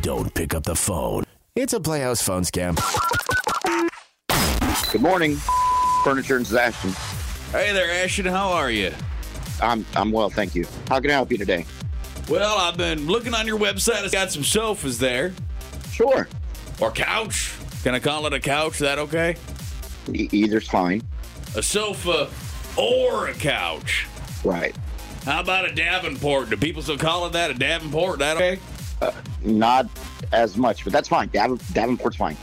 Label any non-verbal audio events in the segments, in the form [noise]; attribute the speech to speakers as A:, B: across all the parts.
A: Don't pick up the phone. It's a Playhouse phone scam.
B: Good morning, Furniture and Ashton.
C: Hey there, Ashton. How are you?
B: I'm I'm well, thank you. How can I help you today?
C: Well, I've been looking on your website. It's got some sofas there
B: Sure.
C: or couch. Can I call it a couch? Is that okay?
B: E- either's fine.
C: A sofa or a couch.
B: Right.
C: How about a Davenport? Do people still call it that? A Davenport? That okay?
B: Not as much, but that's fine. Daven- Davenport's fine.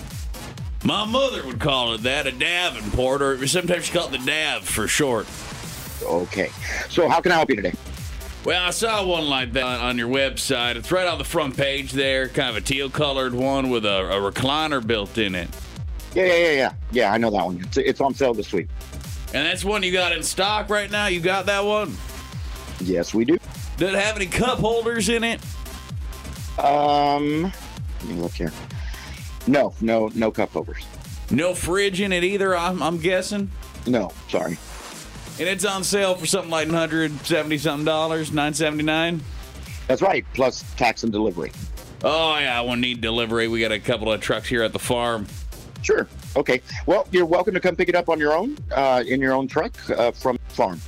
C: My mother would call it that, a Davenport, or sometimes she called it the Dav for short.
B: Okay. So how can I help you today?
C: Well, I saw one like that on- on your website. It's right on the front page there, kind of a teal colored one with a, a recliner built in it.
B: Yeah, yeah, yeah, yeah. Yeah, I know that one. It's, it's on sale this week.
C: And that's one you got in stock right now. You got that one?
B: Yes, we do.
C: Does it have any cup holders in it?
B: Um, let me look here. No, no, no cup overs.
C: No fridge in it either, I'm, I'm guessing.
B: No, sorry.
C: And it's on sale for something like 170 something dollars, 979.
B: That's right. Plus tax and delivery.
C: Oh yeah, I won't need delivery. We got a couple of trucks here at the farm.
B: Sure. Okay. Well, you're welcome to come pick it up on your own, uh, in your own truck uh, from farm.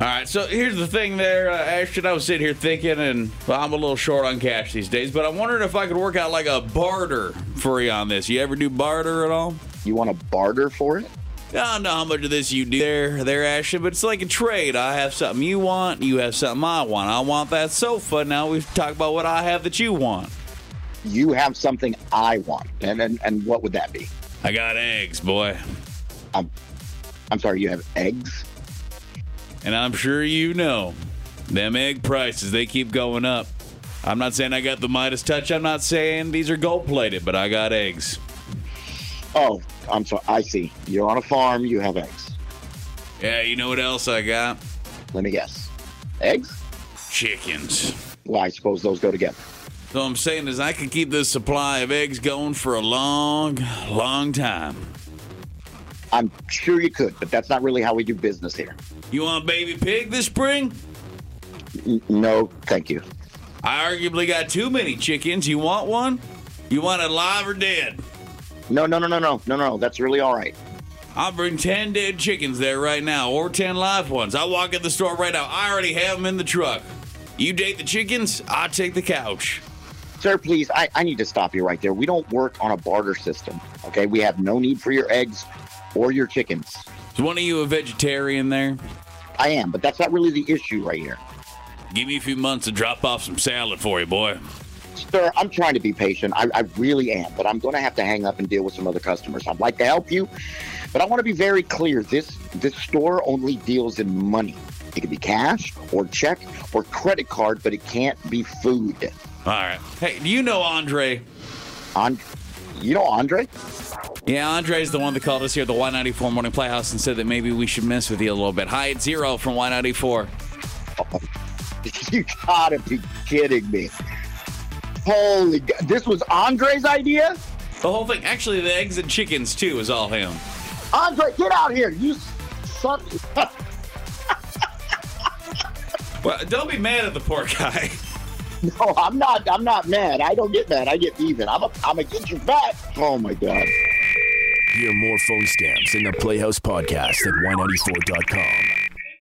C: All right, so here's the thing there, uh, Ashton. I was sitting here thinking, and well, I'm a little short on cash these days, but I'm wondering if I could work out like a barter for you on this. You ever do barter at all?
B: You want to barter for it?
C: I don't know how much of this you do there, there, Ashton, but it's like a trade. I have something you want, you have something I want. I want that sofa. Now we've talked about what I have that you want.
B: You have something I want, and and, and what would that be? Um,
C: I got eggs, boy,
B: I'm sorry, you have eggs.
C: and I'm sure you know them egg prices. They keep going up. I'm not saying I got the Midas touch. I'm not saying these are gold plated, but I got eggs.
B: Oh, I'm sorry. I see. You're on a farm. You have eggs.
C: Yeah, you know what else I got?
B: Let me guess. Eggs?
C: Chickens.
B: Well, I suppose those go together.
C: So I'm saying is I could keep this supply of eggs going for a long, long time.
B: I'm sure you could, but that's not really how we do business here.
C: You want a baby pig this spring?
B: N- no, thank you.
C: I arguably got too many chickens. You want one? You want it live or dead?
B: No, no, no, no, no, no, no. That's really all right.
C: I'll bring 10 dead chickens there right now, or 10 live ones. I walk in the store right now. I already have them in the truck. You date the chickens, I take the couch.
B: Sir, please, I, I need to stop you right there. We don't work on a barter system, okay? We have no need for your eggs or your chickens.
C: Is one of you a vegetarian there?
B: I am, but that's not really the issue right here.
C: Give me a few months to drop off some salad for you, boy.
B: Sir, I'm trying to be patient. I, I really am, but I'm going to have to hang up and deal with some other customers. I'd like to help you, but I want to be very clear. This this store only deals in money. It can be cash or check or credit card, but it can't be food.
C: All right. Hey, do you know Andre?
B: And, you know, Andre, [laughs]
C: Yeah, Andre's the one that called us here at the Y94 Morning Playhouse and said that maybe we should mess with you a little bit. Hi, it's Zero from Y94.
B: you gotta be kidding me. Holy, g- this was Andre's idea?
C: The whole thing, actually, the eggs and chickens, too, is all him.
B: Andre, get out here. You suck.
C: Well, don't be mad at the poor guy.
B: [laughs] No, I'm not. I'm not mad. I don't get mad. I get even. I'm. A, I'm gonna get you back. Oh my god.
A: Hear more phone scams in the Playhouse podcast at y94.com.